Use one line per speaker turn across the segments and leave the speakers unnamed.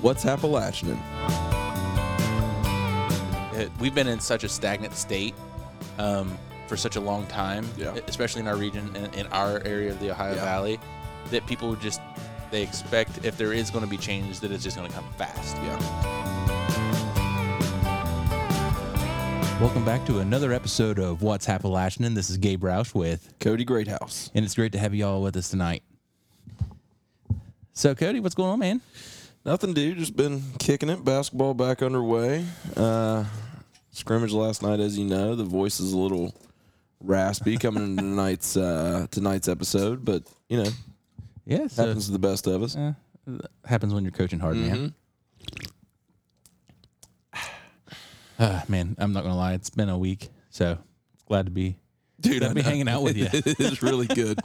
What's Appalachian?
it, Uh, we've been in such a stagnant state um, for such a long time, e,
Yeah.
especially in our region, in, in our area of the Ohio
Yeah.
Valley, that people would just they expect if there is going to be change that it's just going to come fast.
Yeah.
Welcome back to another episode of What's Appalachian. This is Gabe Roush with,
Cody Greathouse.
and it's great to have you all with us tonight. So, Cody, what's going on, man?
Nothing, dude. Just been kicking it. Basketball back underway. Uh, scrimmage last night, as you know. The voice is a little raspy coming into tonight's uh, tonight's episode, but you know,
Yes,
happens to the best of us.
Uh, happens when you're coaching hard, man.
Mm-hmm.
Ah, man, I'm not gonna lie. It's been a week, so glad to be
Dude,
glad to be hanging out with you.
it is really good.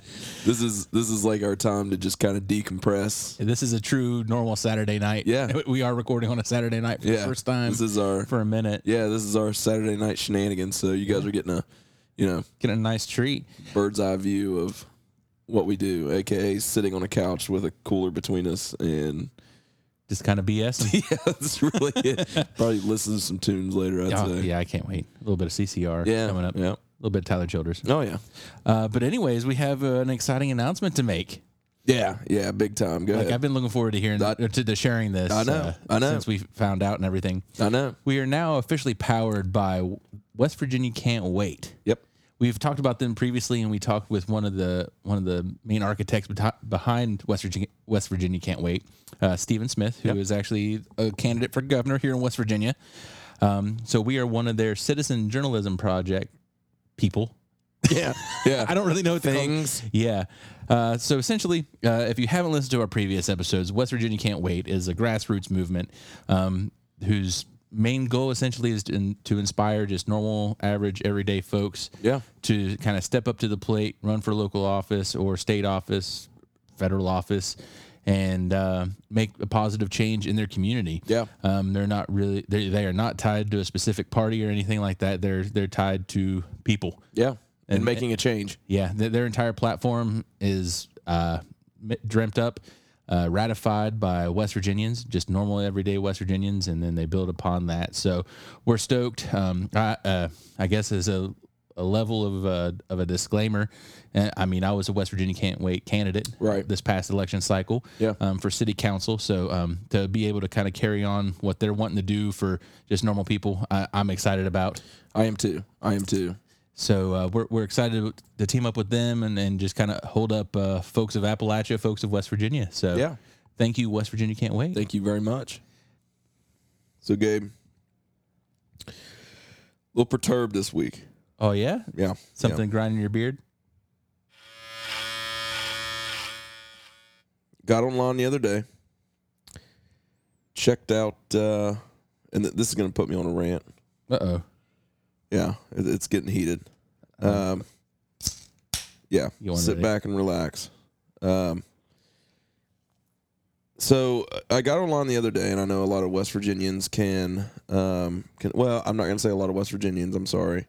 This is this is like our time to just kind of decompress.
this is a true normal Saturday night.
Yeah.
we are recording on a Saturday night for
Yeah,
the first time
This is our
for a minute.
yeah. This is our Saturday night shenanigans. So you guys are getting a you know
Getting a nice treat.
bird's eye view of what we do, aka sitting on a couch with a cooler between us, and
Just kind of BS.
yeah, that's really it. Probably listen to some tunes later. I'd
Oh,
say.
yeah, I can't wait. A little bit of CCR
Yeah,
coming up.
yeah.
A little bit of Tyler Childers.
Oh yeah,
Uh, but anyways, we have uh, an exciting announcement to make.
yeah, yeah. Big time. Go
Like I've
ahead.
been looking forward to hearing
That-
or to, to sharing this. uh,
I know, I know.
Since we found out and everything.
I know.
We are now officially powered by West Virginia Can't Wait.
Yep.
We've talked about them previously, and we talked with one of the one of the main architects beti- behind West Virginia. West Virginia Can't Wait, uh, Stephen Smith, who is actually a candidate for governor here in West Virginia. Um, so we are one of their citizen journalism project people.
Yeah, yeah.
I don't really know what to call-
Things.
Yeah. Uh, so essentially, uh, if you haven't listened to our previous episodes, West Virginia Can't Wait is a grassroots movement um, whose main goal essentially is to, in, to inspire just normal, average, everyday folks
Yeah.
to kind of step up to the plate, run for local office or state office, federal office, and uh, make a positive change in their community.
Yeah.
Um, they're not really they they are not tied to a specific party or anything like that. They're they're tied to people.
Yeah, and, making a change.
Yeah, th- their entire platform is uh, m- dreamt up, uh, ratified by West Virginians, just normal everyday West Virginians, and then they build upon that. So we're stoked. Um, I, uh, I guess as a, a level of uh, of a disclaimer, and I mean I was a West Virginia can't wait candidate
Right.
this past election cycle
Yeah.
um, for city council. So um, to be able to kind of carry on what they're wanting to do for just normal people, I, I'm excited about.
I am too. I am too.
So uh, we're, we're excited to team up with them and, and just kind of hold up uh, folks of Appalachia, folks of West Virginia. So
Yeah.
thank you, West Virginia. Can't wait.
Thank you very much. So, Gabe, a little perturbed this week.
oh yeah,
Yeah.
something grinding your beard.
got online the other day checked out uh and th- this is going to put me on a rant
Uh oh.
yeah it, it's getting heated um yeah
Uh-huh. You wanted
sit
it.
back and relax um so uh, i got online the other day and i know a lot of west virginians can um can well i'm not going to say a lot of west virginians i'm sorry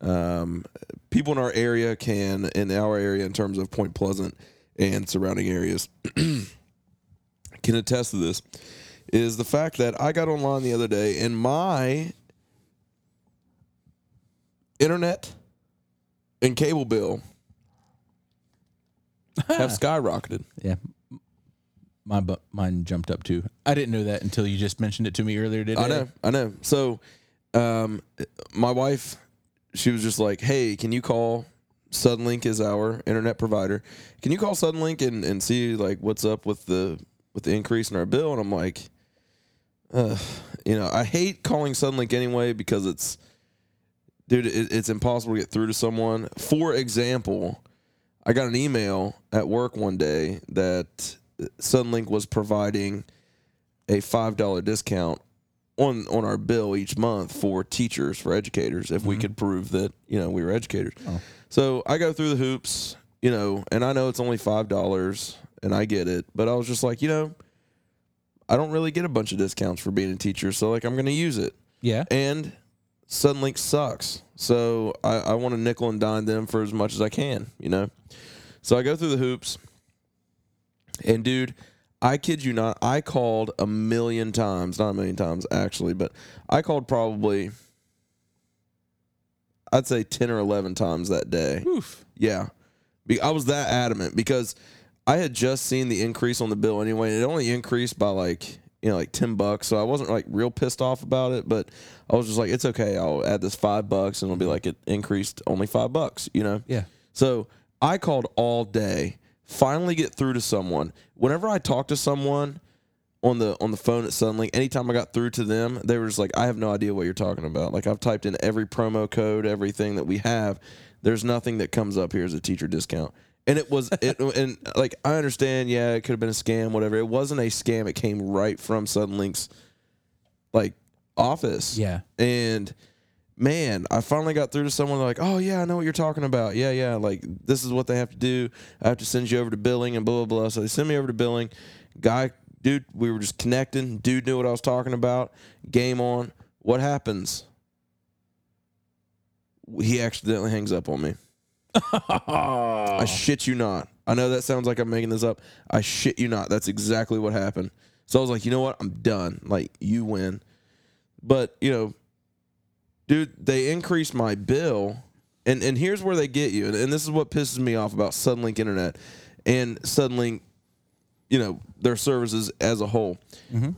um people in our area can in our area in terms of point pleasant and surrounding areas can attest to this is the fact that I got online the other day and my internet and cable bill have skyrocketed.
Yeah. My bu- mine jumped up too. I didn't know that until you just mentioned it to me earlier today.
I know, I know. So, um, my wife, she was just like, "Hey, can you call Suddenlink is our internet provider? Can you call Suddenlink and, and see like what's up with the with the increase in our bill?" And I'm like, Ugh. you know, I hate calling Suddenlink anyway because it's, dude, it, it's impossible to get through to someone. For example, I got an email at work one day that Suddenlink was providing a five dollar discount on on our bill each month for teachers for educators if we could prove that you know we were educators. So I go through the hoops, you know, and I know it's only five dollars, and I get it, but I was just like, you know, I don't really get a bunch of discounts for being a teacher, so like I'm gonna use it.
Yeah.
And Suddenlink sucks. So I, I want to nickel and dime them for as much as I can, you know? So I go through the hoops. And dude, I kid you not, I called a million times, not a million times actually, but I called probably I'd say 10 or 11 times that day.
Oof.
Yeah. Be- I was that adamant because I had just seen the increase on the bill anyway. and It only increased by like, you know, like 10 bucks. So I wasn't like real pissed off about it, but I was just like, it's okay. I'll add this five bucks and it'll be like it increased only five bucks, you know?
Yeah.
So I called all day, finally get through to someone. Whenever I talk to someone on the on the phone at Sunlink, anytime I got through to them, they were just like, I have no idea what you're talking about. Like I've typed in every promo code, everything that we have. There's nothing that comes up here as a teacher discount. And it was it and like I understand, yeah, it could have been a scam, whatever. It wasn't a scam. It came right from Sunlink's like office.
Yeah.
And man, I finally got through to someone like, oh yeah, I know what you're talking about. Yeah, yeah, like this is what they have to do. I have to send you over to billing and blah blah blah. So they send me over to billing. Guy, dude, we were just connecting. Dude knew what I was talking about. Game on. What happens? He accidentally hangs up on me. I shit you not. I know that sounds like I'm making this up. I shit you not. That's exactly what happened. So I was like, you know what? I'm done. Like, you win. But, you know, dude, they increased my bill. And and here's where they get you. And, and this is what pisses me off about Suddenlink Internet and Suddenlink, you know, their services as a whole
Mm-hmm.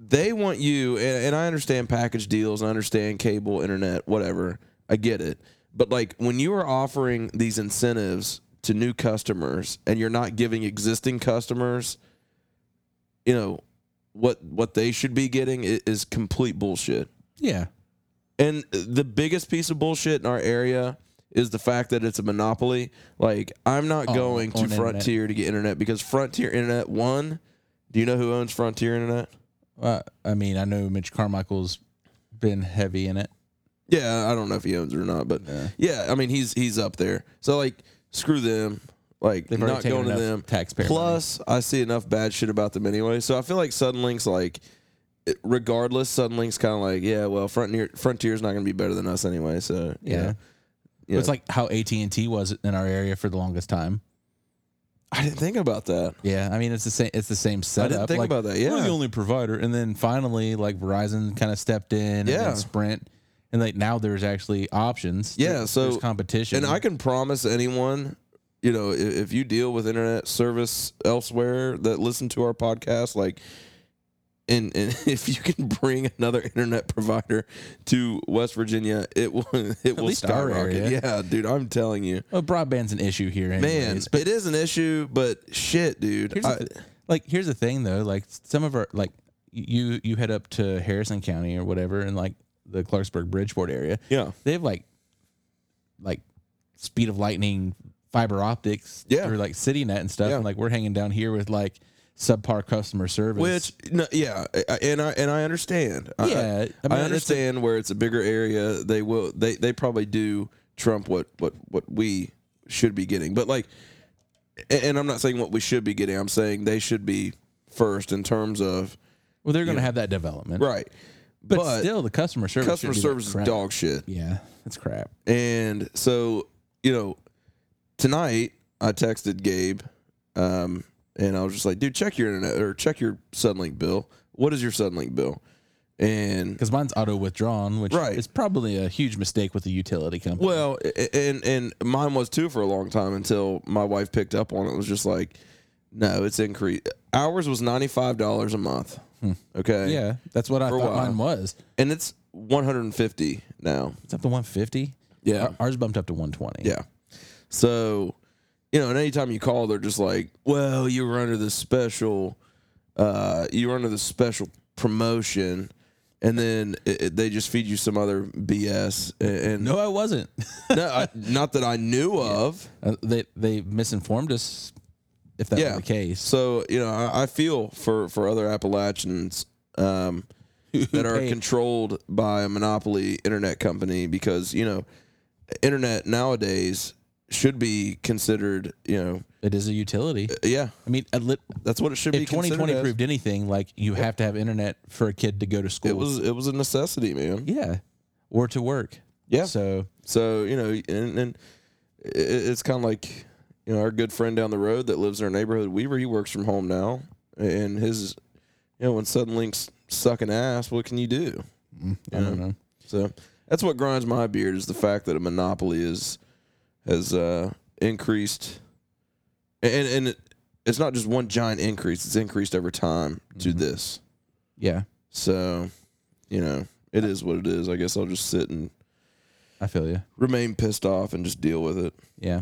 they want you and, and i understand package deals i understand cable internet whatever i get it but like when you are offering these incentives to new customers and you're not giving existing customers you know what what they should be getting i- is complete bullshit
yeah.
and the biggest piece of bullshit in our area is the fact that it's a monopoly. Like I'm not
Oh,
going to
on internet.
Frontier to get internet because Frontier Internet one. Do you know who owns Frontier Internet?
Uh, I mean, I know Mitch Carmichael's been heavy in it.
Yeah, I don't know if he owns it or not, but yeah, I mean he's he's up there. So like, screw them. Like
They've already
not
taken
going to
enough
them.
taxpayer money.
Plus, I see enough bad shit about them anyway. So I feel like Suddenlink's like, it- regardless, Suddenlink's kind of like, yeah, well, Frontier Frontier's not going to be better than us anyway. So you
Yeah.
know. Yeah.
It's like how AT and T was in our area for the longest time.
I didn't think about that.
Yeah, I mean it's the same. It's the same
I
setup.
didn't think
Like,
about that.
We're
Yeah,
the only provider, and then finally, like Verizon kind of stepped in. and
Yeah.
then Sprint, and like now there's actually options.
Yeah,
There-
so-
there's competition.
And I can promise anyone, you know, i- if, if you deal with internet service elsewhere that listen to our podcast, like, and, and if you can bring another internet provider to West Virginia, it will it will
least our
skyrocket.
area.
Yeah, dude, I'm telling you,
well, broadband's an issue here, anyways.
man, it is an issue, but shit, dude,
Here's
I,
the th- like here's the thing though, like some of our like you you head up to Harrison County or whatever and like the Clarksburg Bridgeport area.
yeah,
They have like like speed of lightning fiber optics
Yeah.
through like CityNet and stuff.
Yeah.
And like we're hanging down here with like subpar customer service.
which no, yeah, I- I- and I and I understand, I- I-
yeah,
I,
mean, it's a-
understand where it's a bigger area. They will. They they probably do trump what what what we should be getting. But like, a- and I'm not saying what we should be getting. I'm saying they should be first in terms of
well, they're gonna have that development.
right.
But,
But,
still the customer service should
customer
be, like,
service is
crap.
dog shit.
Yeah, that's crap.
And so you know, tonight I texted Gabe, um, and I was just like, dude, check your internet or check your Sunlink bill. What is your Sunlink bill? And
Because mine's auto withdrawn, which
Right.
is probably a huge mistake with the utility company.
Well, a- and and mine was too for a long time until my wife picked up on it. It Was just like, no, it's increased. Ours was ninety five dollars a month. Okay,
Hmm. yeah, that's what I
For a
thought
while.
mine was.
and it's one hundred and fifty now.
It's up to 150.
Yeah.
Our- Ours bumped up to 120.
Yeah, so you know, and anytime you call, they're just like, well, you were under this special, uh, you were under this special promotion, and then it, it- they just feed you some other BS. And, and
No, I wasn't.
no, I, not that I knew of.
Uh, they they misinformed us if that
Yeah.
were the case.
So you know, I, I feel for for other Appalachians um, that are
pay-
controlled by a monopoly internet company because you know, internet nowadays should be considered. You know,
It is a utility.
yeah,
I mean, a lit,
that's what it should Uh, be.
if 2020
considered as.
proved anything, like you have to have internet for a kid to go to school.
it was it was a necessity, man.
yeah, or to work.
Yeah.
So
So you know, and, and it, it's kind of like you know, our good friend down the road that lives in our neighborhood, Weaver, he works from home now, and his, you know, when Suddenlink's sucking ass, what can you do?
I don't know.
So that's what grinds my beard is the fact that a monopoly is has uh, increased, and and it, it's not just one giant increase; it's increased over time to this.
Yeah,
So, you know, it is what it is. I guess I'll just sit and
I feel you.
remain pissed off and just deal with it.
Yeah.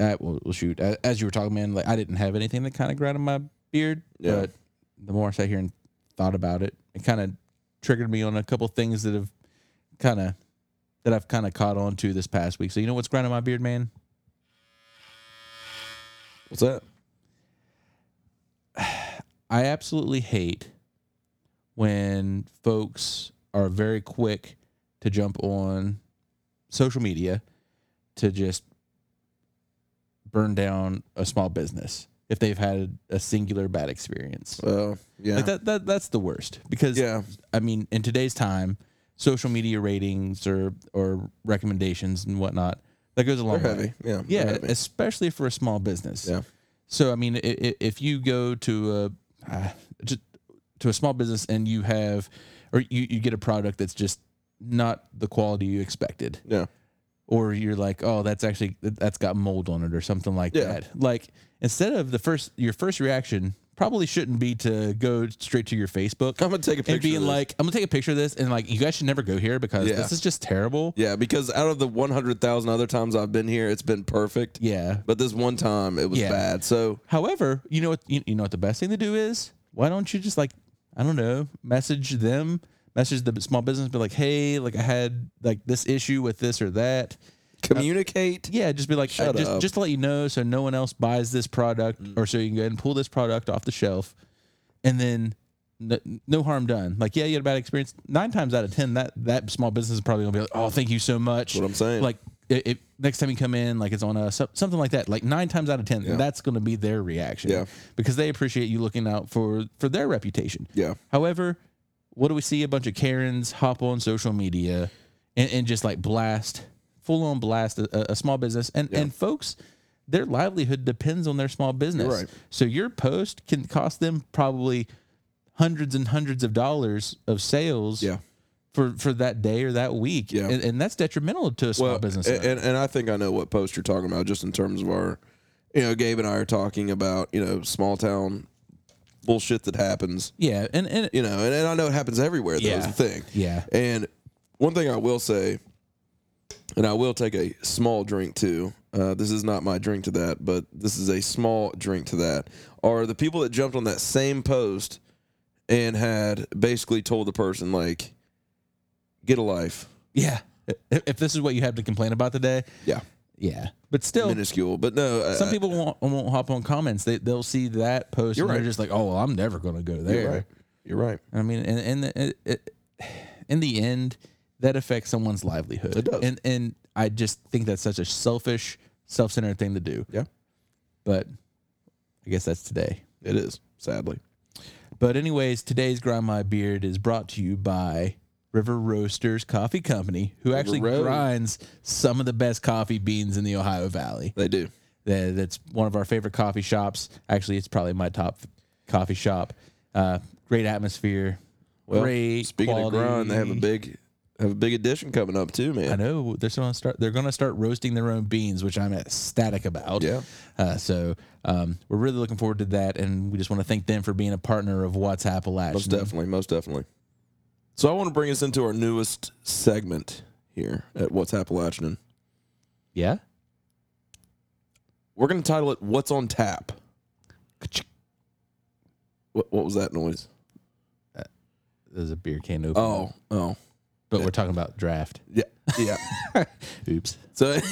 I, well, well, shoot. a- As you were talking, man, like I didn't have anything that kind of grinded my beard,
Yeah.
but the more I sat here and thought about it, it kind of triggered me on a couple things that have kind of that I've kind of caught on to this past week. So you know what's grinding my beard, man?
What's that?
I absolutely hate when folks are very quick to jump on social media to just burn down a small business if they've had a singular bad experience.
Oh, yeah,
Like that, that that's the worst because
yeah,
I mean in today's time, social media ratings or or recommendations and whatnot that goes a long
they're
way.
heavy. Yeah, they're
Yeah,
heavy.
especially for a small business.
Yeah.
So I mean, i- i- if you go to a uh, to, to a small business and you have, or you, you get a product that's just not the quality you expected,
yeah,
or you're like, oh, that's actually that's got mold on it or something like
Yeah.
that. Like instead of the first your first reaction probably shouldn't be to go straight to your Facebook
I'm gonna take a picture.
and being
of this.
like, I'm gonna take a picture of this and like you guys should never go here because
Yeah.
this is just terrible.
yeah, because out of the 100,000 other times I've been here, it's been perfect.
yeah.
But this one time, it was
Yeah.
bad. So
However, you know what you, you know what the best thing to do is? Why don't you just like I don't know, message them, message the small business, be like, hey, like I had like this issue with this or that.
communicate.
Yeah, just be like,
Shut
uh, just,
up. Mm.
just to let you know, so no one else buys this product, or so you can go ahead and pull this product off the shelf, and then no, no harm done. Like, yeah, you had a bad experience. Nine times out of ten, that that small business is probably gonna be like, oh, thank you so much.
What I'm saying.
Like, it, it, next time you come in, like it's on us, so- something like that. Like nine times out of ten, that's gonna be their reaction.
Yeah.
because they appreciate you looking out for for their reputation.
Yeah.
However, what do we see? A bunch of Karens hop on social media and, and just like blast, full on blast a, a small business. And and folks, their livelihood depends on their small business.
right.
So your post can cost them probably hundreds and hundreds of dollars of sales
Yeah.
for, for that day or that week.
Yeah.
And, and that's detrimental to a small
Well,
business.
a- and, and I think I know what post you're talking about, just in terms of our, you know, Gabe and I are talking about, you know, small town bullshit that happens,
yeah. And, and
you know, and, and I know it happens everywhere. Though, is
Yeah.
the thing.
yeah.
And one thing I will say, and I will take a small drink too. Uh, this is not my drink to that, but this is a small drink to that. Are the people that jumped on that same post and had basically told the person like, "Get a life."
Yeah. If if this is what you have to complain about today.
Yeah,
Yeah. But still,
minuscule, but no. uh,
some people won't, won't hop on comments. They they'll see that post
You're
and they're
right.
just like, oh, well, I'm never going to go
You're
there.
right. You're right.
I mean, and and the, it, it, in the end, that affects someone's livelihood.
It does.
And and I just think that's such a selfish, self-centered thing to do.
Yeah.
But I guess that's today.
It is sadly.
But anyways, today's grind my beard is brought to you by. River Roasters Coffee Company, who actually
Road.
grinds some of the best coffee beans in the Ohio Valley.
They do.
that- that's one of our favorite coffee shops. Actually, it's probably my top coffee shop. Uh, great atmosphere. great.
Speaking
quality.
of grind, they have a big have a big addition coming up too,
I
man.
know they're going to start. They're going to start roasting their own beans, which I'm ecstatic about.
Yeah.
Uh, so um, we're really looking forward to that, and we just want to thank them for being a partner of What's Appalachian.
Most definitely, most definitely. So I want to bring us into our newest segment here at What's Appalachian.
Yeah.
We're going to title it "What's on Tap." What, what was that noise?
There's a beer can open,
Oh, oh,
but we're talking about draft.
yeah, yeah.
Oops.
So,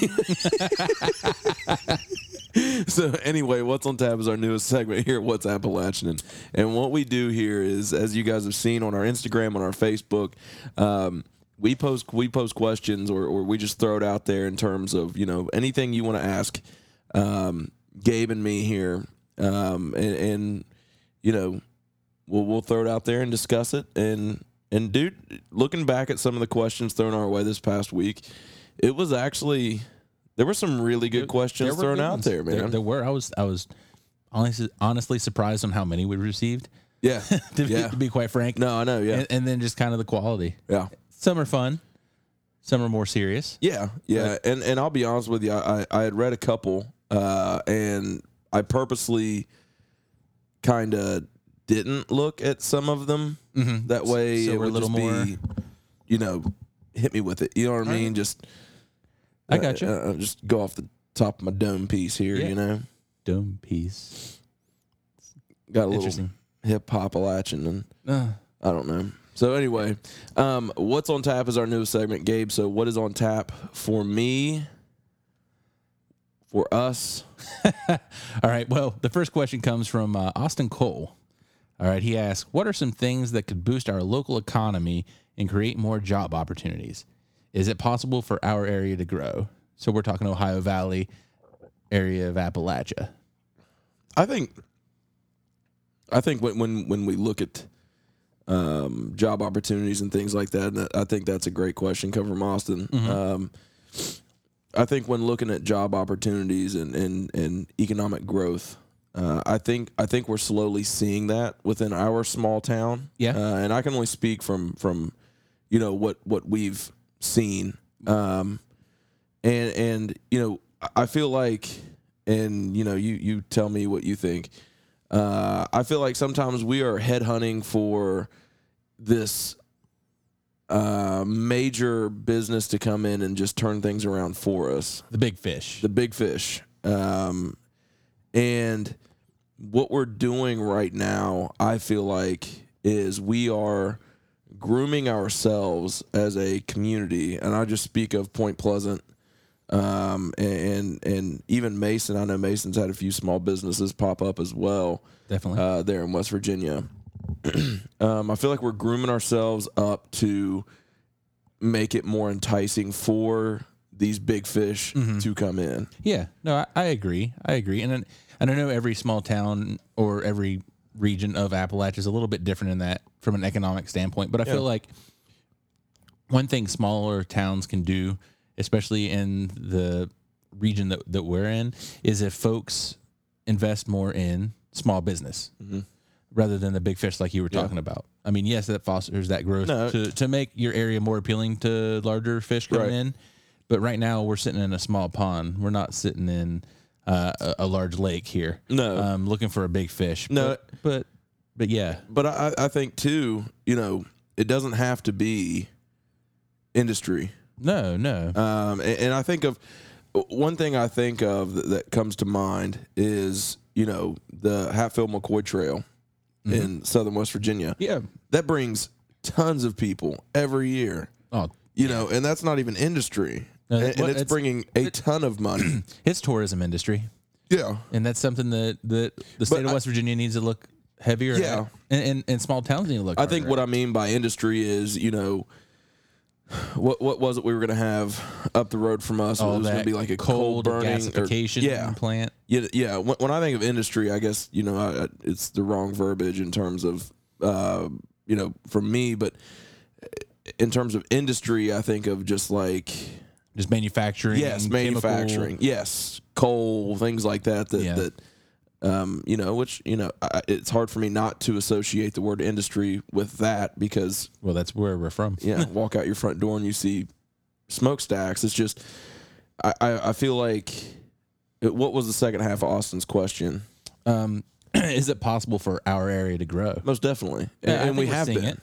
so anyway, what's on tap is our newest segment here. at What's Appalachian, and what we do here is, as you guys have seen on our Instagram, on our Facebook, um, we post we post questions or, or we just throw it out there in terms of you know anything you want to ask um, Gabe and me here, um, and, and you know we'll we'll throw it out there and discuss it. And and dude, looking back at some of the questions thrown our way this past week, it was actually There were some really good questions
There were
thrown
good
out
ones.
there, man.
There, were. I was I was honestly honestly surprised on how many we received.
yeah.
To, be-
yeah.
to be quite frank,
No, I know. Yeah.
and, and then just kind of the quality.
yeah.
Some are fun, some are more serious.
Yeah, yeah, and and I'll be honest with you, I I had read a couple, uh, and I purposely kind of didn't look at some of them
Mhm.
that way.
So
it
we're a
would
little
just be, you know, hit me with it. You know what I mean? Just
I got you.
Uh, uh, just go off the top of my dome piece here.
Yeah.
You know,
Dome piece.
got a little
Interesting.
hip hop Appalachian, and
Uh,
I don't know. So anyway, um, what's on tap is our newest segment, Gabe. So what is on tap for me? For us.
all right. Well, the first question comes from uh, Austin Cole. All right. He asks, "What are some things that could boost our local economy and create more job opportunities? Is it possible for our area to grow?" So we're talking Ohio Valley area of Appalachia.
I think I think when when, when we look at um, job opportunities and things like that, and that- I think that's a great question come from Austin. Um, I think when looking at job opportunities and and, and economic growth, uh, I think I think we're slowly seeing that within our small town.
Yeah.
uh, and I can only speak from from you know what what we've seen. Um, and and you know I- I feel like and you know you you tell me what you think. Uh, I feel like sometimes we are headhunting for this uh, major business to come in and just turn things around for us
The big fish.
the big fish. Um, and what we're doing right now, I feel like, is we are grooming ourselves as a community. And I just speak of Point Pleasant. Um, and, and even Mason, I know Mason's had a few small businesses pop up as well
Definitely.
uh, there in West Virginia. um, I feel like we're grooming ourselves up to make it more enticing for these big fish to come in.
Yeah, no, I, I agree. I agree, and then- and I know every small town or every region of Appalachia is a little bit different in that from an economic standpoint. But I feel like one thing smaller towns can do, especially in the region that that we're in, is if folks invest more in small business
Mm-hmm.
rather than the big fish like you were talking about. I mean, yes, that fosters that growth
No.
to to make your area more appealing to larger fish coming
Right.
in. But right now we're sitting in a small pond. We're not sitting in uh, a, a large lake here.
No.
um, looking for a big fish.
No.
but but, but yeah,
But I, I I think too, you know, it doesn't have to be industry.
no, no,
Um, a- and, I think of one thing I think of that, that comes to mind is you know the Hatfield McCoy Trail in southern West Virginia.
yeah.
That brings tons of people every year.
Oh,
you know, and that's not even industry,
No,
and,
that-
and
well,
it's,
it's-
bringing a ton of money.
it's tourism industry,
yeah,
and that's something that that the state of
I-
West Virginia needs to look heavier. at.
Yeah.
and, and and small towns need to look.
I think what I mean by industry is, you know, what what was it we were going to have up the road from us? it was going to be like a coal burning or-
gasification
yeah,
plant.
yeah, yeah. When, when I think of industry, I guess you know I, I, it's the wrong verbiage in terms of uh, you know for me, but in terms of industry, I think of just like
Just manufacturing.
yes,
chemical-
manufacturing, yes, coal, things like that. That
Yeah.
that um, you know, which you know, I, it's hard for me not to associate the word industry with that because
Well, that's where we're from.
yeah, walk out your front door and you see smokestacks. It's just, I, I, I feel like, it, what was the second half of Austin's question?
Um, is it possible for our area to grow?
Most definitely, and,
Yeah, I
and
think
we
we're
have
seeing
been.
It.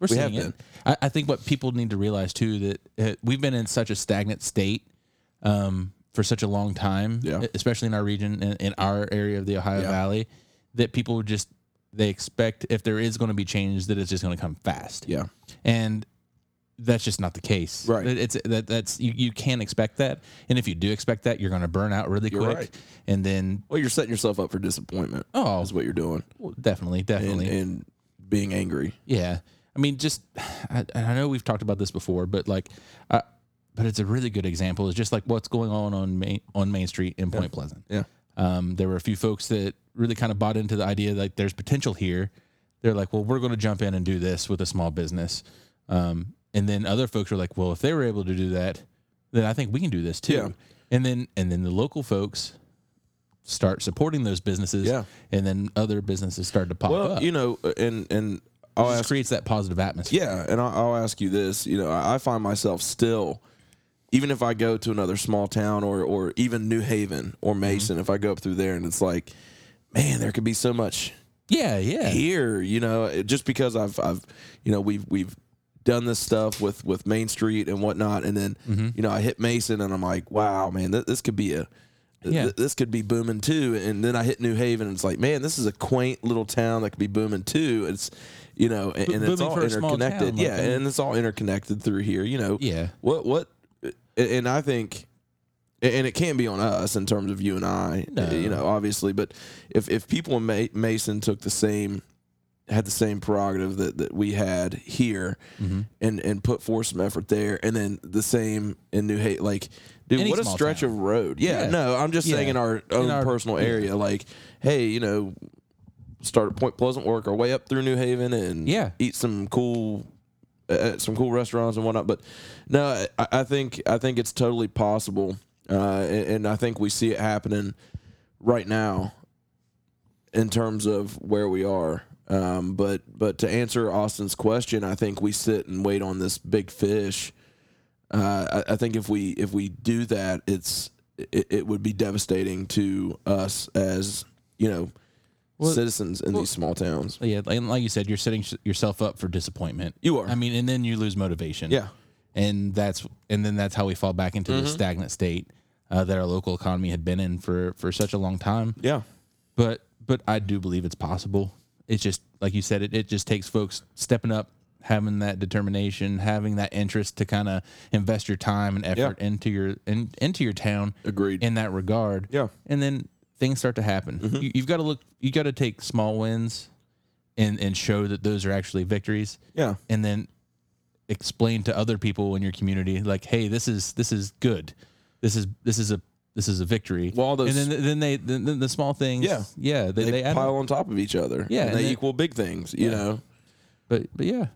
We're
We
seeing
have
it.
been.
I, I think what people need to realize too that uh, we've been in such a stagnant state um, for such a long time,
Yeah.
e- especially in our region, in, in our area of the Ohio
Yeah.
Valley, that people just they expect if there is going to be change that it's just going to come fast,
Yeah,
and that's just not the case.
Right.
It- It's that that's you, you can't expect that, and if you do expect that, you're going to burn out really
You're
quick,
right.
and then
well, you're setting yourself up for disappointment.
oh,
Is what you're doing,
definitely,
and,
definitely,
and being angry.
Yeah, I mean, just I, and I know we've talked about this before, but like, I, but it's a really good example. It's just like what's going on on Main on Main Street in Point Pleasant.
Yeah,
Um, there were a few folks that really kind of bought into the idea like there's potential here. They're like, well, we're going to jump in and do this with a small business, um, and then other folks are like, well, if they were able to do that, then I think we can do this too.
Yeah.
and then and then the local folks start supporting those businesses.
Yeah.
and then other businesses start to pop
Well,
up.
you know, and and I'll
it
ask
just creates that positive atmosphere.
Yeah, and I'll, I'll ask you this. You know, I, I find myself still, even if I go to another small town or or even New Haven or Mason, if I go up through there, and it's like, man, there could be so much
Yeah, yeah,
here. You know, it- just because I've I've you know we've we've done this stuff with with Main Street and whatnot, and then
Mm-hmm.
you know I hit Mason, and I'm like, wow, man, th- this could be a th-
Yeah.
this could be booming too, and then I hit New Haven, and it's like, man, this is a quaint little town that could be booming too. It's, you know, and, and it's
booming
all
for a small town,
interconnected,
like,
yeah,
I mean-
and it's all interconnected through here. You know,
yeah.
what what, and- and I think, and it can't be on us in terms of you and I,
No.
you know, obviously. But if if people in Ma- Mason took the same, had the same prerogative that that we had here,
Mhm.
and and put forth some effort there, and then the same in New Haven, like. Dude,
Any
what a
small
stretch
town.
of road. Yeah,
Yeah.
no, I'm just saying
Yeah.
in our own
our-
personal
yeah.
area, like, hey, you know, start at Point Pleasant, work our way up through New Haven, and
Yeah.
eat some cool at some cool restaurants and whatnot. But no, I, I think I think it's totally possible, uh, and, and I think we see it happening right now in terms of where we are. Um, but but to answer Austin's question, I think we sit and wait on this big fish. Uh, I, I think if we if we do that, it's it, it would be devastating to us as you know citizens in these small towns.
Yeah, and like you said, you're setting sh- yourself up for disappointment.
You are.
I mean, and then you lose motivation.
Yeah. Mm-hmm.
and that's and then that's how we fall back into the stagnant state uh, that our local economy had been in for for such a long time.
Yeah.
But but I do believe it's possible. It's just like you said, it it just takes folks stepping up, having that determination, having that interest to kind of invest your time and effort into your in, into your town.
Agreed.
In that regard.
Yeah.
And then things start to happen.
Mm-hmm.
You, you've got to look. You got to take small wins, and and show that those are actually victories
Yeah.
and then explain to other people in your community like hey this is this is good this is this is a this is a victory
Well, all those-
and then then they then, then the small things
Yeah.
yeah they,
they,
they, add
pile
up.
on top of each other.
Yeah,
and,
and
they
they-
equal big things. You
Yeah.
know,
but but yeah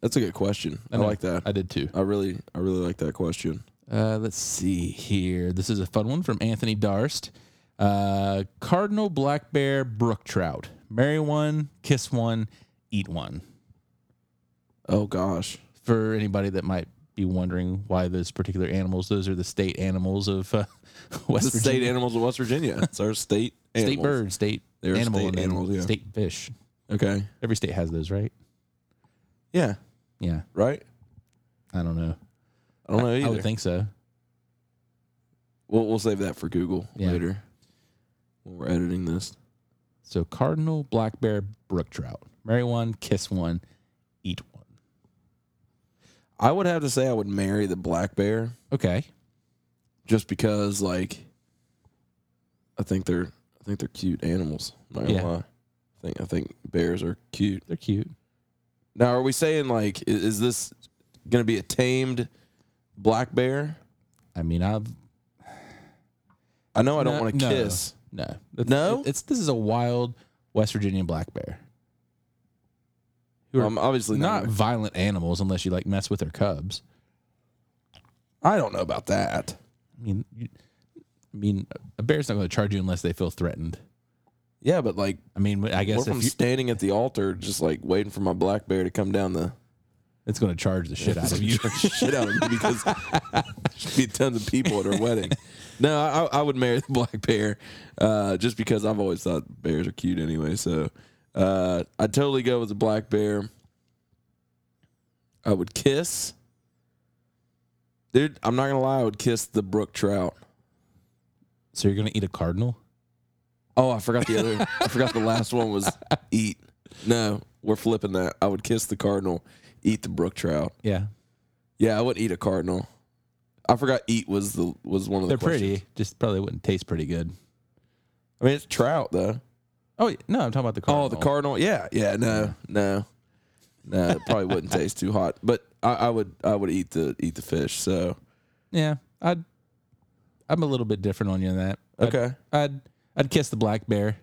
that's a good question. I,
know.
like that.
i did too
I really, I really like that question.
uh, let's see here this is a fun one from anthony darst uh, cardinal black bear brook trout marry one kiss one eat one
Oh gosh,
for anybody that might be wondering why those particular animals those are the state animals of uh, west
the
virginia
state animals of West Virginia. It's our state
state
animals.
bird, state
They're
animal,
state
and then
animals, yeah.
state fish.
Okay.
Every state has those, right?
Yeah.
Yeah,
Right.
I don't know.
I don't know either.
I would think so.
we'll we'll save that for Google
Yeah.
later when we're editing this.
So cardinal, black bear, brook trout. Marry one, kiss one, eat one.
I would have to say I would marry the black bear
Okay.
just because, like, I think they're I think they're cute animals. I'm not gonna
Yeah.
lie. I think I think bears are cute.
They're cute.
Now, are we saying like i- is this going to be a tamed black bear?
I mean, I've
I know I don't
No,
want to
no.
kiss.
no. It's-
No?
It's this is a wild West Virginia black bear. Who are
I'm obviously
not
not.
violent animals unless you like mess with their cubs.
I don't know about that.
I mean, you, I mean, a bear's not going to charge you unless they feel threatened.
Yeah, but like,
I mean, I
what
guess
if I'm
if you,
standing at the altar, just like waiting for my black bear to come down the
it's going to charge the shit out of you.
shit out of me because there'd be tons of people at her wedding. No, I, I would marry the black bear uh, just because I've always thought bears are cute anyway. So uh, I'd totally go with the black bear. I would kiss. Dude, I'm not going to lie. I would kiss the brook trout.
So you're going to eat a cardinal?
Oh, I forgot the other. I forgot the last one was eat. No, we're flipping that. I would kiss the cardinal, eat the brook trout.
Yeah.
Yeah, I would eat a cardinal. I forgot eat was the was one of the
They're
questions.
pretty, just probably wouldn't taste pretty good.
I mean, it's trout though.
Oh yeah, no, I'm talking about the cardinal.
Oh, the cardinal. Yeah, yeah. No, no, no. It probably wouldn't taste too hot, but I, I would. I would eat the eat the fish. So
Yeah, I'd. I'm a little bit different on you on that. I'd-
okay,
I'd I'd, kiss the black bear.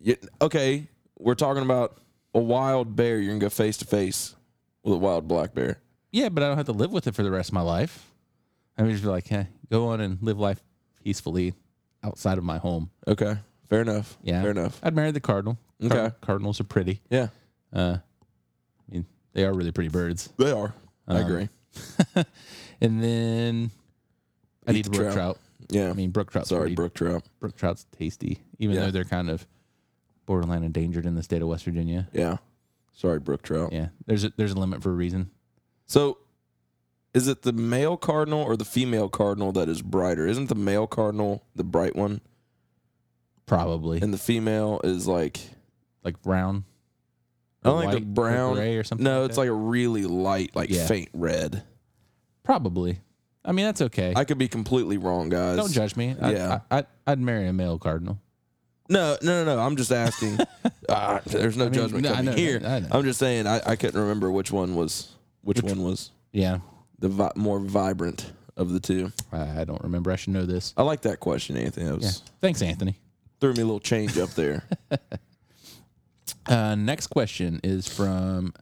yeah, okay. We're talking about a wild bear. You're gonna go face to face with a wild black bear.
Yeah, but I don't have to live with it for the rest of my life. I mean, just be like, hey, go on and live life peacefully outside of my home.
Okay. Fair enough.
Yeah.
Fair enough.
I'd marry the cardinal. Car-
Okay.
Cardinals are pretty.
Yeah.
Uh, I mean, they are really pretty birds.
They are. I
Um,
agree.
And then I
Eat
need
the
the brook trout.
trout. Yeah.
I mean, brook trout's
Sorry,
pretty, brook.
brook trout.
trout's tasty, even
Yeah.
though they're kind of borderline endangered in the state of West Virginia.
Yeah. Sorry, brook trout.
Yeah, there's a, there's a limit for a reason.
So, is it the male cardinal or the female cardinal that is brighter? Isn't the male cardinal the bright one,
Probably
and the female is like
like brown.
I
or
think the
white or
brown-
gray or something.
no, it's
that.
like a really light, like
Yeah.
faint red.
probably. I mean, that's okay.
I could be completely wrong, guys.
Don't judge me. I,
Yeah.
I, I, I'd marry a male cardinal.
No, no, no, no. I'm just asking. Ah, there's no
I mean,
judgment
no, I
coming
know,
here.
I know.
I'm just saying. I, I couldn't remember which one was which, one was
Yeah,
the vi- more vibrant of the two.
I I don't remember. I should know this.
I like that question, Anthony. That was
Yeah. Thanks, Anthony.
threw me a little change up there.
Uh, next question is from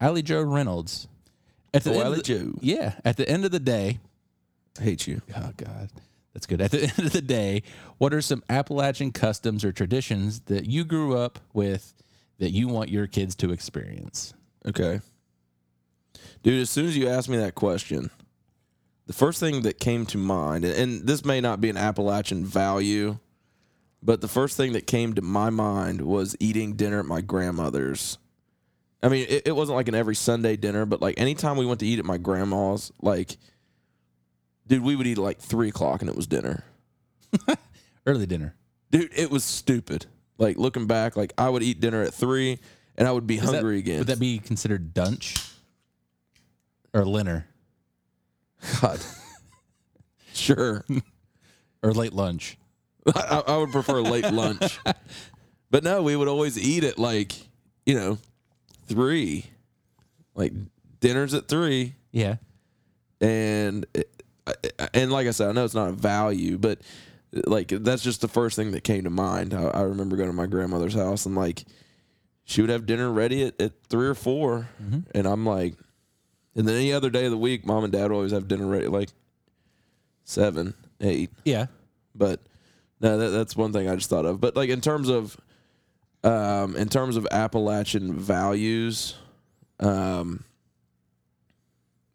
Ally Joe Reynolds. At the
Oh,
end of
Ally
the-
Joe.
Yeah. At the end of the day,
Hate you.
oh God, that's good. At the end of the day, what are some Appalachian customs or traditions that you grew up with that you want your kids to experience?
Okay. Dude, as soon as you asked me that question, the first thing that came to mind, and- and this may not be an Appalachian value, but the first thing that came to my mind was eating dinner at my grandmother's. I mean, it, it wasn't like an every Sunday dinner, but like anytime we went to eat at my grandma's, like, dude, we would eat at like three o'clock and it was dinner.
Early dinner.
Dude, it was stupid. Like looking back, like I would eat dinner at three and I would be
Is that-
hungry again.
Would that be considered dunch or linner
God. sure.
or late lunch?
I, I would prefer late lunch. But no, we would always eat at like, you know, three. Like dinner's at three.
Yeah.
And, it, and like I said, I know it's not a value, but like that's just the first thing that came to mind. I, I remember going to my grandmother's house and like she would have dinner ready at, at three or 4 And I'm like, and then any other day of the week, mom and dad would always have dinner ready at like seven, eight.
Yeah.
But no, that, that's one thing I just thought of. But like in terms of, um, in terms of Appalachian values, um,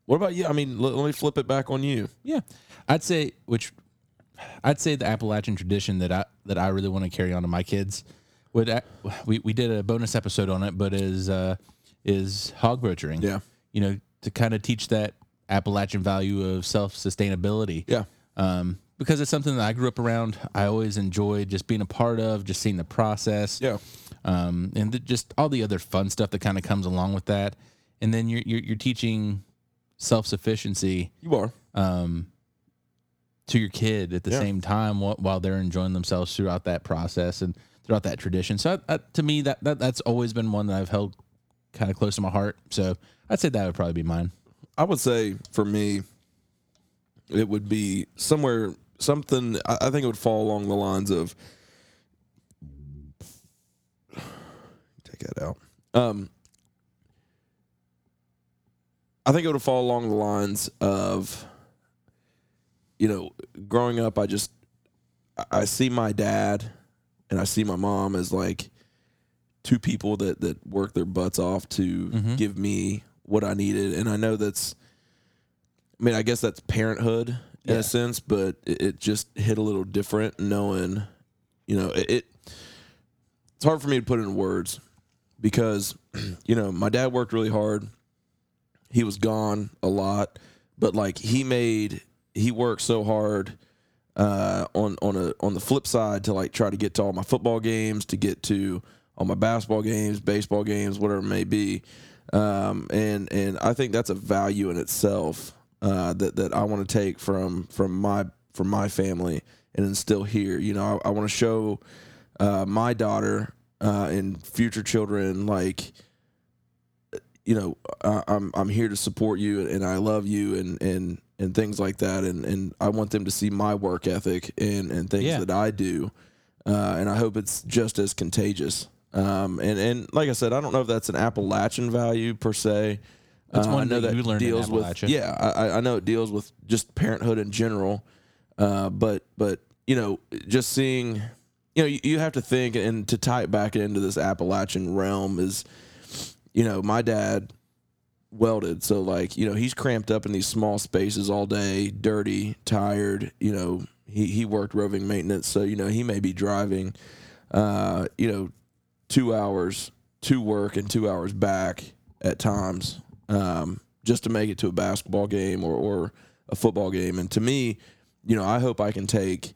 what about you? I mean, let, let me flip it back on you.
Yeah, I'd say which I'd say the Appalachian tradition that I that I really want to carry on to my kids would a- we we did a bonus episode on it, but is uh, is hog butchering.
Yeah.
you know to kind of teach that Appalachian value of self sustainability.
Yeah.
Um, because it's something that I grew up around. I always enjoyed just being a part of, just seeing the process
Yeah.
um, and th- just all the other fun stuff that kind of comes along with that. And then you're you're, you're teaching self sufficiency
You are.
um, to your kid at the
Yeah.
same time while, while they're enjoying themselves throughout that process and throughout that tradition. So I, I, to me, that, that that's always been one that I've held kind of close to my heart. So I'd say that would probably be mine.
I would say for me, it would be somewhere something. I, I think it would fall along the lines of take that out. Um, I think it would fall along the lines of you know, growing up, I just I- I see my dad and I see my mom as like two people that that work their butts off to
Mhm.
give me what I needed, and I know that's. I mean, I guess that's parenthood in
Yeah.
a sense, but it, it just hit a little different knowing, you know, it, it. It's hard for me to put it in words because, you know, my dad worked really hard. He was gone a lot, but like he made he worked so hard uh, on on a on the flip side to like try to get to all my football games, to get to all my basketball games, baseball games, whatever it may be. Um, and and I think that's a value in itself uh, that that I want to take from from my from my family and instill here. You know, I, I want to show uh, my daughter uh, and future children like you know, I, I'm I'm here to support you and I love you and and and things like that and and I want them to see my work ethic and and things
Yeah.
that I do, uh, and I hope it's just as contagious. Um, and and like I said, I don't know if that's an Appalachian value per se.
That's
Uh,
one
I know
that you learned in
deals with
Appalachia.
yeah. I, I- I know it deals with just parenthood in general, Uh, but but you know, just seeing, you know, you, you have to think and to tie it back into this Appalachian realm is, you know, my dad welded, so like you know he's cramped up in these small spaces all day, dirty, tired. You know, he he worked roving maintenance, so you know he may be driving, uh, you know, two hours to work and two hours back at times um, just to make it to a basketball game or, or a football game. And to me, you know, I hope I can take,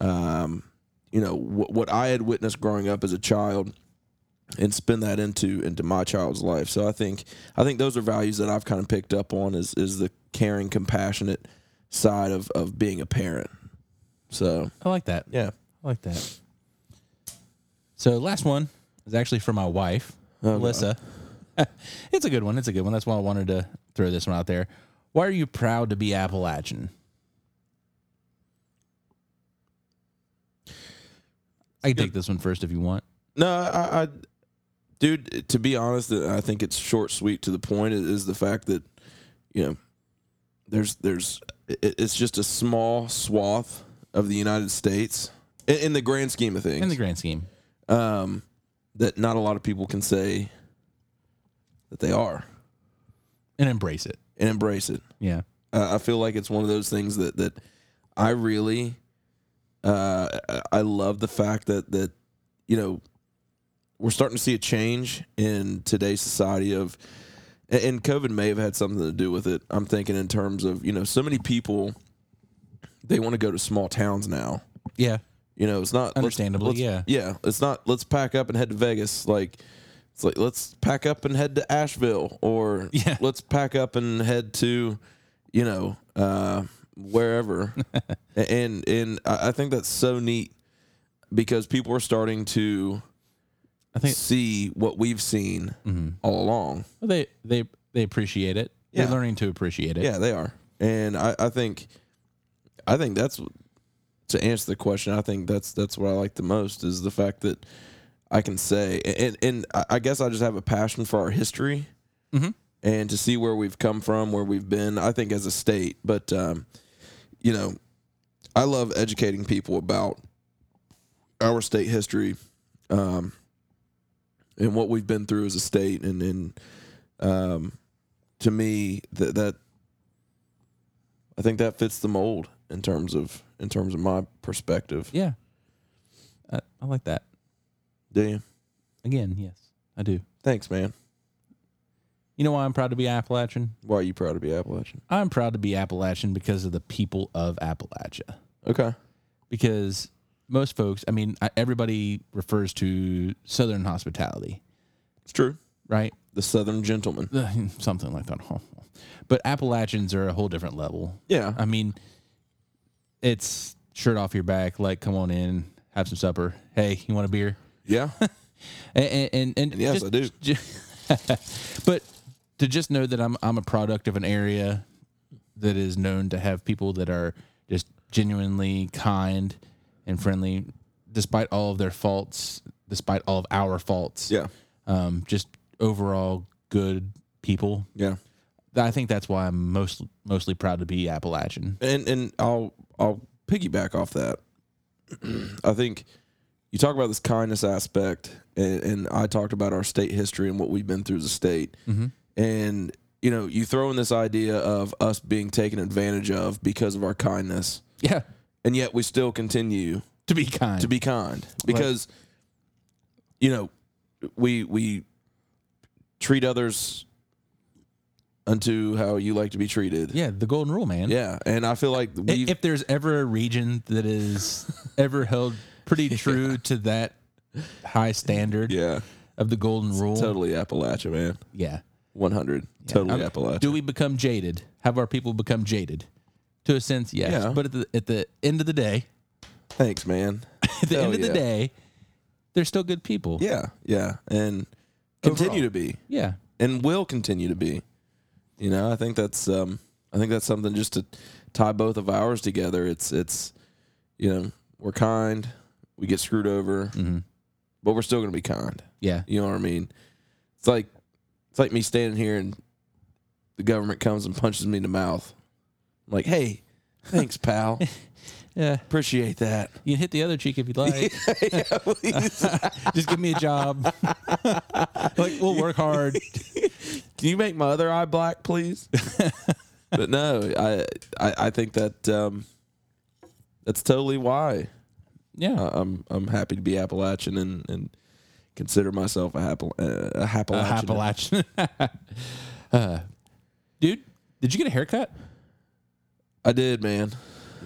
um, you know, wh- what I had witnessed growing up as a child and spin that into into my child's life. So I think I think those are values that I've kind of picked up on is is the caring, compassionate side of of being a parent. So
I like that.
yeah.
I like that. So last one is actually for my wife,
Oh,
Melissa. it's a good one. It's a good one. That's why I wanted to throw this one out there. Why are you proud to be Appalachian? I can take this one first if you want.
No, I, I, dude, to be honest, I think it's short, sweet, to the point. Is is the fact that you know there's there's it- it's just a small swath of the United States in, in the grand scheme of things
In the grand scheme,
um, that not a lot of people can say that they are
and embrace it.
and embrace it.
Yeah.
Uh, I feel like it's one of those things that that I really uh, I- I love the fact that that you know we're starting to see a change in today's society of and- and COVID may have had something to do with it. I'm thinking in terms of you know so many people they want to go to small towns now.
Yeah.
You know, it's not let's-
Understandably,
let's-
yeah.
yeah. It's not let's pack up and head to Vegas. Like it's like let's pack up and head to Asheville, or
Yeah.
let's pack up and head to, you know, uh, wherever. A- and and I I think that's so neat because people are starting to
I think Mm-hmm.
see what we've seen all along.
well, they they they appreciate it.
Yeah.
They're learning to appreciate it.
Yeah, they are, and I, I think, I think that's to answer the question. I think that's that's what I like the most is the fact that I can say, and and I- I guess I just have a passion for our history,
Mm-hmm.
and to see where we've come from, where we've been. I think as a state, but um, you know, I love educating people about our state history, um, and what we've been through as a state, and and um, to me that that I think that fits the mold in terms of in terms of my perspective.
Yeah. I, I like that.
Do you?
Again, yes, I do.
Thanks, man.
You know why I'm proud to be Appalachian?
Why are you proud to be Appalachian?
I'm proud to be Appalachian because of the people of Appalachia.
Okay.
Because most folks, I mean, I, everybody refers to Southern hospitality,
It's true.
right?
The Southern gentleman.
Something like that. But Appalachians are a whole different level.
Yeah.
I mean, it's shirt off your back, like, come on in, have some supper. Hey, you want a beer?
Yeah.
And, and, and,
And yes,
just-
I do.
Ju- but to just know that I'm I'm a product of an area that is known to have people that are just genuinely kind and friendly, despite all of their faults, despite all of our faults.
Yeah.
Um, just overall good people.
Yeah.
I think that's why I'm most mostly proud to be Appalachian.
And and I'll I'll piggyback off that. I think you talk about this kindness aspect, and, and I talked about our state history and what we've been through as a state.
Mm-hmm.
And you know, you throw in this idea of us being taken advantage of because of our kindness,
Yeah.
and yet we still continue
To be kind.
to be kind because you know we we treat others unto how you like to be treated
yeah, the golden rule, man.
Yeah, and i feel like
I-
we
If there's ever a region that is ever held pretty true to that high standard,
yeah
of the golden rule.
totally appalachia man
Yeah.
100 totally
Um,
appalachia
Do we become jaded? Have our people become jaded? To a sense, yes.
Yeah.
But at the, at the end of the day,
thanks man
at the
Hell
end of
yeah.
the day, they're still good people.
yeah yeah and continue to be
Yeah.
and will continue to be you know i think that's um i think that's something just to tie both of ours together it's it's you know we're kind we get screwed over but we're still gonna be kind
Mm-hmm. Yeah.
You know what I mean? It's like it's like me standing here and the government comes and punches me in the mouth. I'm like, hey, Thanks, pal.
Yeah.
Appreciate that.
You can hit the other cheek if you'd like.
yeah, please.
Just give me a job. like we'll work hard.
Can you make my other eye black, please? but no, I, I I think that um, that's totally why
Yeah.
I- I'm I'm happy to be Appalachian and and consider myself a Happal uh, a
A
Appalachian.
Appalachian. uh, dude, did you get a haircut?
I did, man.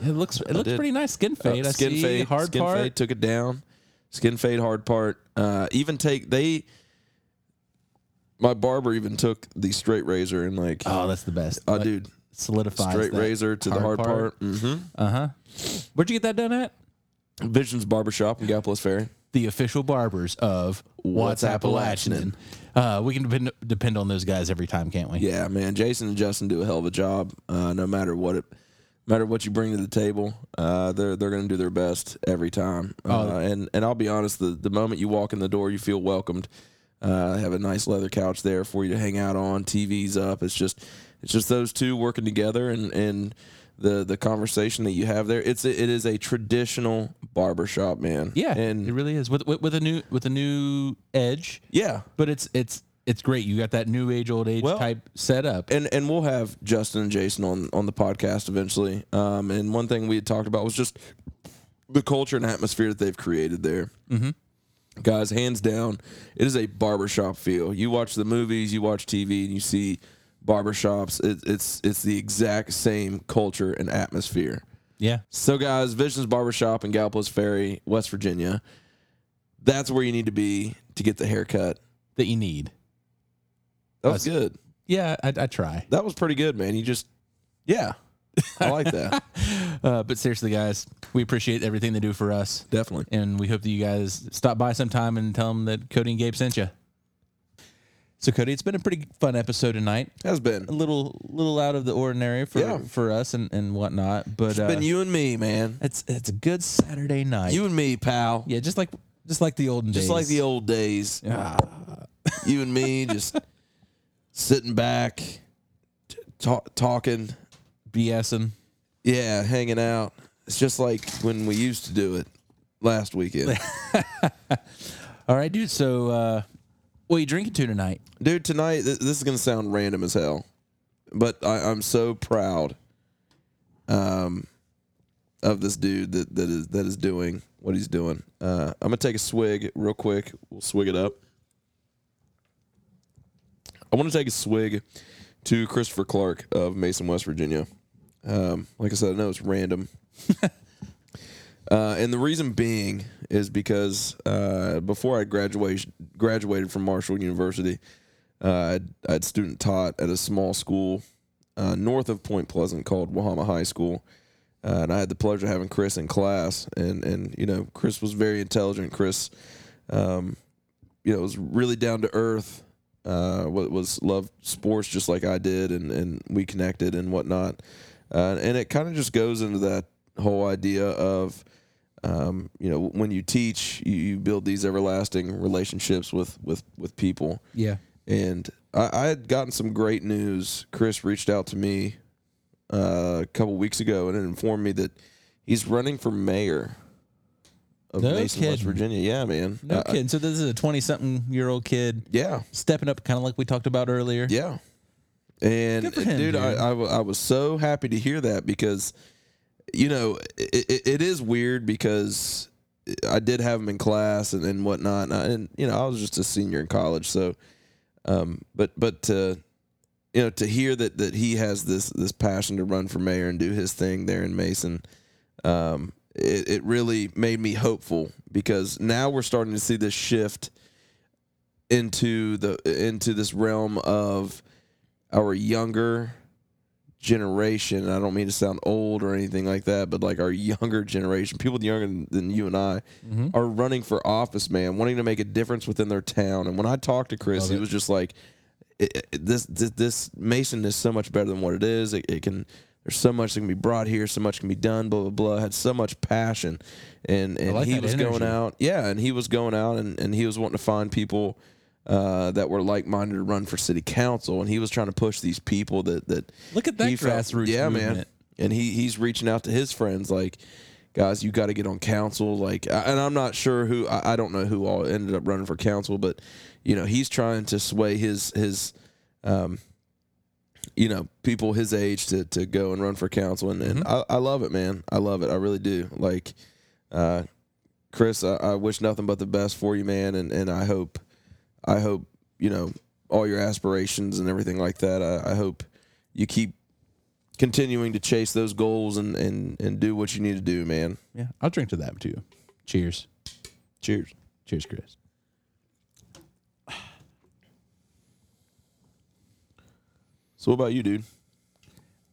It looks it looks
did.
pretty nice. Skin
Uh,
fade. I
skin
see.
fade,
hard
skin
part.
fade took it down. Skin fade, hard part. Uh, even take they. My barber even took the straight razor and like,
Oh, that's the best.
oh,
Like,
dude,
solidifies
straight
that
razor to the hard part. Mm-hmm.
Uh huh. Where'd you get that done at?
Visions Barbershop in Gapolis Ferry.
The official barbers of
What's
What's Appalachian. Uh, we can depend depend on those guys every time, can't we?
Yeah, man. Jason and Justin do a hell of a job. Uh, no matter what it, no matter what you bring to the table, uh, they're they're gonna do their best every time. Uh, and and I'll be honest, the the moment you walk in the door, you feel welcomed. Uh, they have a nice leather couch there for you to hang out on. TV's up. It's just it's just those two working together and and the the conversation that you have there. It's a, it is a traditional barbershop, man.
Yeah, it
and
really is with, with with a new with a new edge,
yeah.
but it's it's it's great. You got that new age old age
Well-
type setup.
and and we'll have Justin and Jason on on the podcast eventually. Um, and one thing we had talked about was just the culture and atmosphere that they've created there. Mm-hmm. Guys, hands down, it is a barbershop feel. You watch the movies, you watch TV, and you see barbershops. It, it's it's the exact same culture and atmosphere.
Yeah,
So, guys, Visions Barbershop in Galapagos Ferry, West Virginia. That's where you need to be to get the haircut.
that you need.
That was good.
Yeah, I, I try.
That was pretty good, man. You just, yeah, I like that.
Uh, but seriously, guys, we appreciate everything they do for us,
Definitely.
and we hope that you guys stop by sometime and tell them that Cody and Gabe sent you. So, Cody, it's been a pretty fun episode tonight.
Has been.
A little little out of the ordinary for
Yeah.
for us and, and whatnot, but uh,
been you and me, man.
it's it's a good Saturday night.
You and me, pal.
yeah, just like just like the olden days.
Just like the old days. you and me just sitting back, t- ta- talking,
BSing.
yeah, hanging out. It's just like when we used to do it last weekend.
All right, dude. So, uh, what are you drinking to tonight?
Dude, tonight, th- this is going to sound random as hell, but I- I'm so proud um, of this dude that, that is that is doing what he's doing. Uh, I'm going to take a swig real quick. We'll swig it up. I want to take a swig to Christopher Clark of Mason, West Virginia. Um, like I said, I know it's random. uh, and the reason being is because uh, before I graduation, graduated from Marshall University, uh, I'd, I'd student taught at a small school uh, north of Point Pleasant called Wahama High School. Uh, and I had the pleasure of having Chris in class. And, and you know, Chris was very intelligent. Chris, um, you know, was really down to earth. Uh, wa- was loved sports just like I did, and and we connected and whatnot. Uh, and it kind of just goes into that whole idea of, um, you know, when you teach, you, you build these everlasting relationships with with with people.
Yeah.
And I, I had gotten some great news. Chris reached out to me uh, a couple weeks ago and informed me that he's running for mayor of
No
Mason, West
kidding.
Virginia. Yeah, man.
No
Uh, I-
kidding. So this is a twenty-something-year-old kid
yeah,
stepping up, kind of like we talked about earlier.
yeah. And
Good for him,
dude, I I
dude.
wa- I was so happy to hear that because, you know, it, it, it is weird because I did have him in class and, and whatnot. And, I, and, you know, I was just a senior in college. So, um, but, but to, you know, to hear that, that he has this, this passion to run for mayor and do his thing there in Mason, um, it, it really made me hopeful because now we're starting to see this shift into the into this realm of our younger generation. and I don't mean to sound old or anything like that, but like our younger generation, people younger than, than you and I,
Mm-hmm.
are running for office, man, wanting to make a difference within their town. And when I talked to Chris,
Love
he
it.
was just like, "I- I- "This this, this Mason is so much better than what it is. It, it can." There's so much that can be brought here, so much can be done, blah blah blah. Had so much passion, and and
like
he
that
was going
energy.
out, yeah, and he was going out, and, and he was wanting to find people uh, that were like minded to run for city council, and he was trying to push these people that that
Look at that
he felt-
grassroots
yeah,
movement.
man. and he he's reaching out to his friends like, guys, you got to get on council. Like, I- and I'm not sure who I, I don't know who all ended up running for council, but you know he's trying to sway his his, um, you know people his age to to go and run for council, and, and
Mm-hmm.
I, I love it, man. I love it. I really do. Like, uh, Chris, I, I wish nothing but the best for you, man, and and I hope, I hope you know all your aspirations and everything like that. I, I hope you keep continuing to chase those goals and and and do what you need to do, man.
Yeah, I'll drink to that too. Cheers.
Cheers.
Cheers, Chris.
So, what about you, dude?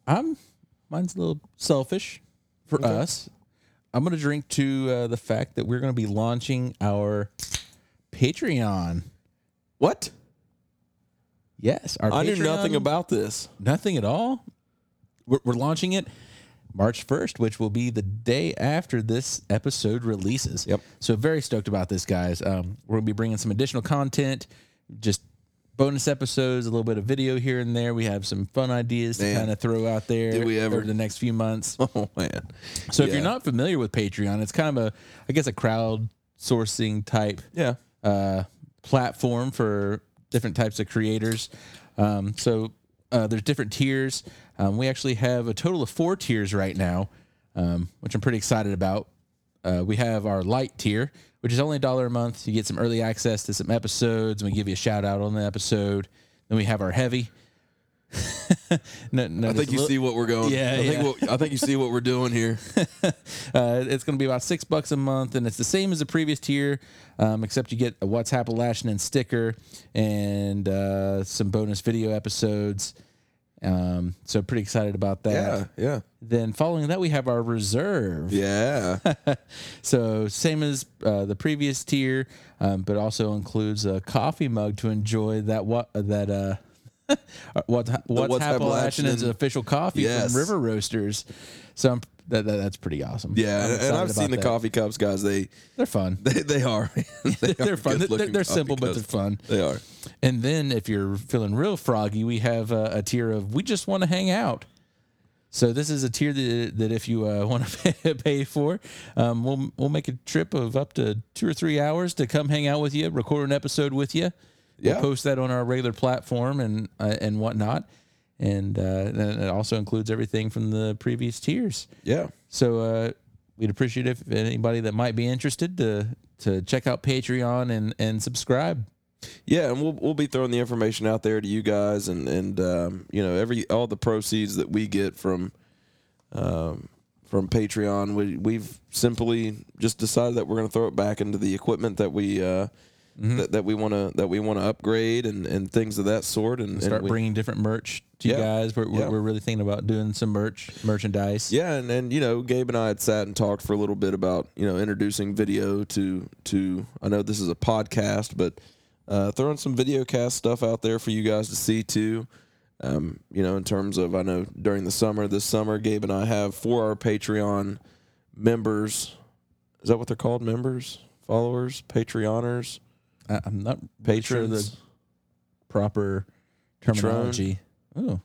I'm mine's a little selfish for us. I'm gonna drink to uh, the fact that we're gonna be launching our Patreon.
What?
Yes, our
I knew
Patreon-
nothing about this.
nothing at all. We're, we're launching it March 1st, which will be the day after this episode releases.
Yep.
So very stoked about this, guys. Um, we're gonna be bringing some additional content, just bonus episodes, a little bit of video here and there. We have some fun ideas
Man.
to kind of throw out there.
Did we ever.
over the next few months?
Oh man.
So if
Yeah.
you're not familiar with Patreon, it's kind of a, I guess, a crowdsourcing type
Yeah.
uh, platform for different types of creators. Um, so uh, there's different tiers. Um, we actually have a total of four tiers right now, um, which I'm pretty excited about. Uh, we have our light tier, which is only a dollar a month. You get some early access to some episodes, and we give you a shout out on the episode. Then we have our heavy. no, no,
I think you see what we're going.
Yeah,
I think
yeah.
what, I think you see what we're doing here.
Uh, it's going to be about six bucks a month, and it's the same as the previous tier, um, except you get a What's Happened Lashing sticker and uh, some bonus video episodes. Um, so pretty excited about that.
Yeah. Yeah.
Then following that, we have our reserve.
Yeah.
So same as uh, the previous tier, um, but also includes a coffee mug to enjoy that what that uh. What's
What's
what's Appalachian is
Appalachian-
official coffee
Yes.
from River Roasters, so I'm, that, that that's pretty awesome.
Yeah.
I'm
and-
excited
and I've seen
about
the
that.
coffee cups, guys. They
They're fun.
they, they are. man. They
they're
are
fun. They're, they're,
good-looking coffee
simple, but they're
cups.
fun.
They are.
And then if you're feeling real froggy, we have a, a tier of we just want to hang out. So this is a tier that, that if you uh, want to pay, pay for, um, we'll we'll make a trip of up to two or three hours to come hang out with you, record an episode with you.
Yeah.
We'll post that on our regular platform and uh, and whatnot, and uh, and it also includes everything from the previous tiers.
Yeah.
So uh, we'd appreciate if anybody that might be interested to to check out Patreon and and subscribe.
Yeah, and we'll we'll be throwing the information out there to you guys, and and um, you know every all the proceeds that we get from um, from Patreon, we we've simply just decided that we're going to throw it back into the equipment that we uh, that, that we want to that we want to upgrade and, and things of that sort, and, and
Start
we-
bringing different merch to
Yeah.
you guys. We're, we're,
Yeah.
we're really thinking about doing some merch merchandise.
Yeah, and, and you know, Gabe and I had sat and talked for a little bit about you know introducing video to to. I know this is a podcast, but uh, throwing some video cast stuff out there for you guys to see too. Um, you know, in terms of I know during the summer, this summer, Gabe and I have for our Patreon members. Is that what they're called? Members, followers, Patreoners,
I, I'm not really sure
patrons.
the proper terminology. Oh,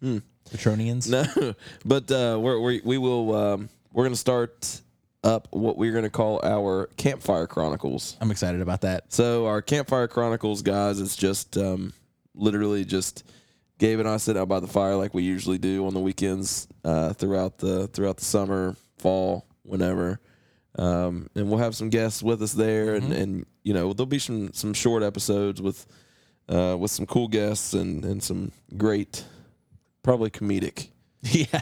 Hmm.
Patronians.
No, but uh, we're, we we will um, we're gonna start up what we're gonna call our campfire chronicles.
I'm excited about that.
So our campfire chronicles, guys, it's just um, literally just Gabe and I sit out by the fire like we usually do on the weekends uh, throughout the throughout the summer, fall, whenever. Um, and we'll have some guests with us there, and, and you know there'll be some some short episodes with uh, with some cool guests and and some great, probably comedic,
yeah,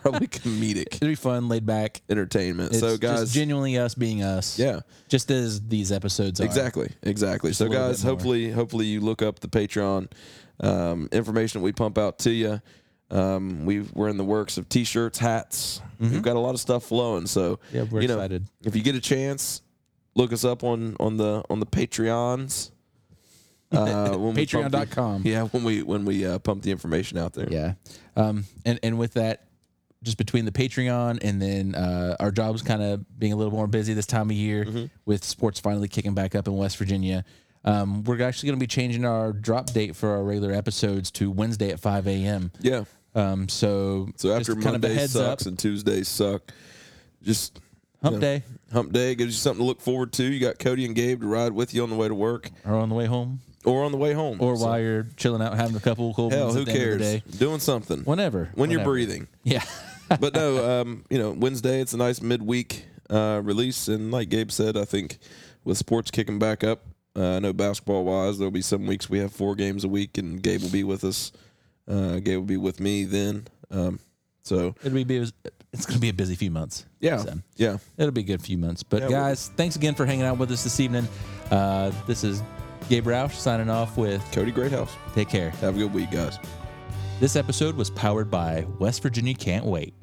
probably comedic
it'll be fun, laid back.
entertainment.
It's
so
just
guys,
genuinely us being us.
yeah,
just as these episodes are.
Exactly, exactly.
a
so
little
guys,
bit more.
hopefully, hopefully you look up the Patreon um, information that we pump out to you. Um, we we're in the works of t-shirts, hats. We've got a lot of stuff flowing. So
Mm-hmm. Yeah, we're
you know,
excited.
if you get a chance, look us up on on the on the Patreons. Uh, when we pump the-
Patreon.com.
Yeah, when we when we uh, pump the information out there.
Yeah. Um, and, and with that, just between the Patreon and then uh, our jobs kind of being a little more busy this time of year
Mm-hmm.
with sports finally kicking back up in West Virginia, um, we're actually going to be changing our drop date for our regular episodes to Wednesday at 5 a.m.
yeah.
Um, so
So
just
after
kind of a
Monday
heads
sucks
up,
and Tuesdays suck, just
hump
yeah.
day
hump day gives you something to look forward to. You got Cody and Gabe to ride with you on the way to work
or on the way home
or on the way home.
or
So,
while you're chilling out having a couple cold
hell,
ones
who
at the end of the
cares?
day.
Doing something
Whenever.
when you're
whenever.
breathing.
Yeah.
but no, um, you know, Wednesday it's a nice midweek uh, release, and like Gabe said, I think with sports kicking back up, uh, I know basketball wise, there'll be some weeks we have four games a week, and Gabe will be with us. Uh, Gabe will be with me then. Um, so
It'll be bu- it's going to be a busy few months.
yeah,
So,
yeah,
it'll be a good few months. But
Yeah, we'll-
guys, thanks again for hanging out with us this evening. Uh, this is Gabe Roush signing off with
Cody Greathouse,
Take Care.
have a good week, guys.
This episode was powered by West Virginia Can't Wait.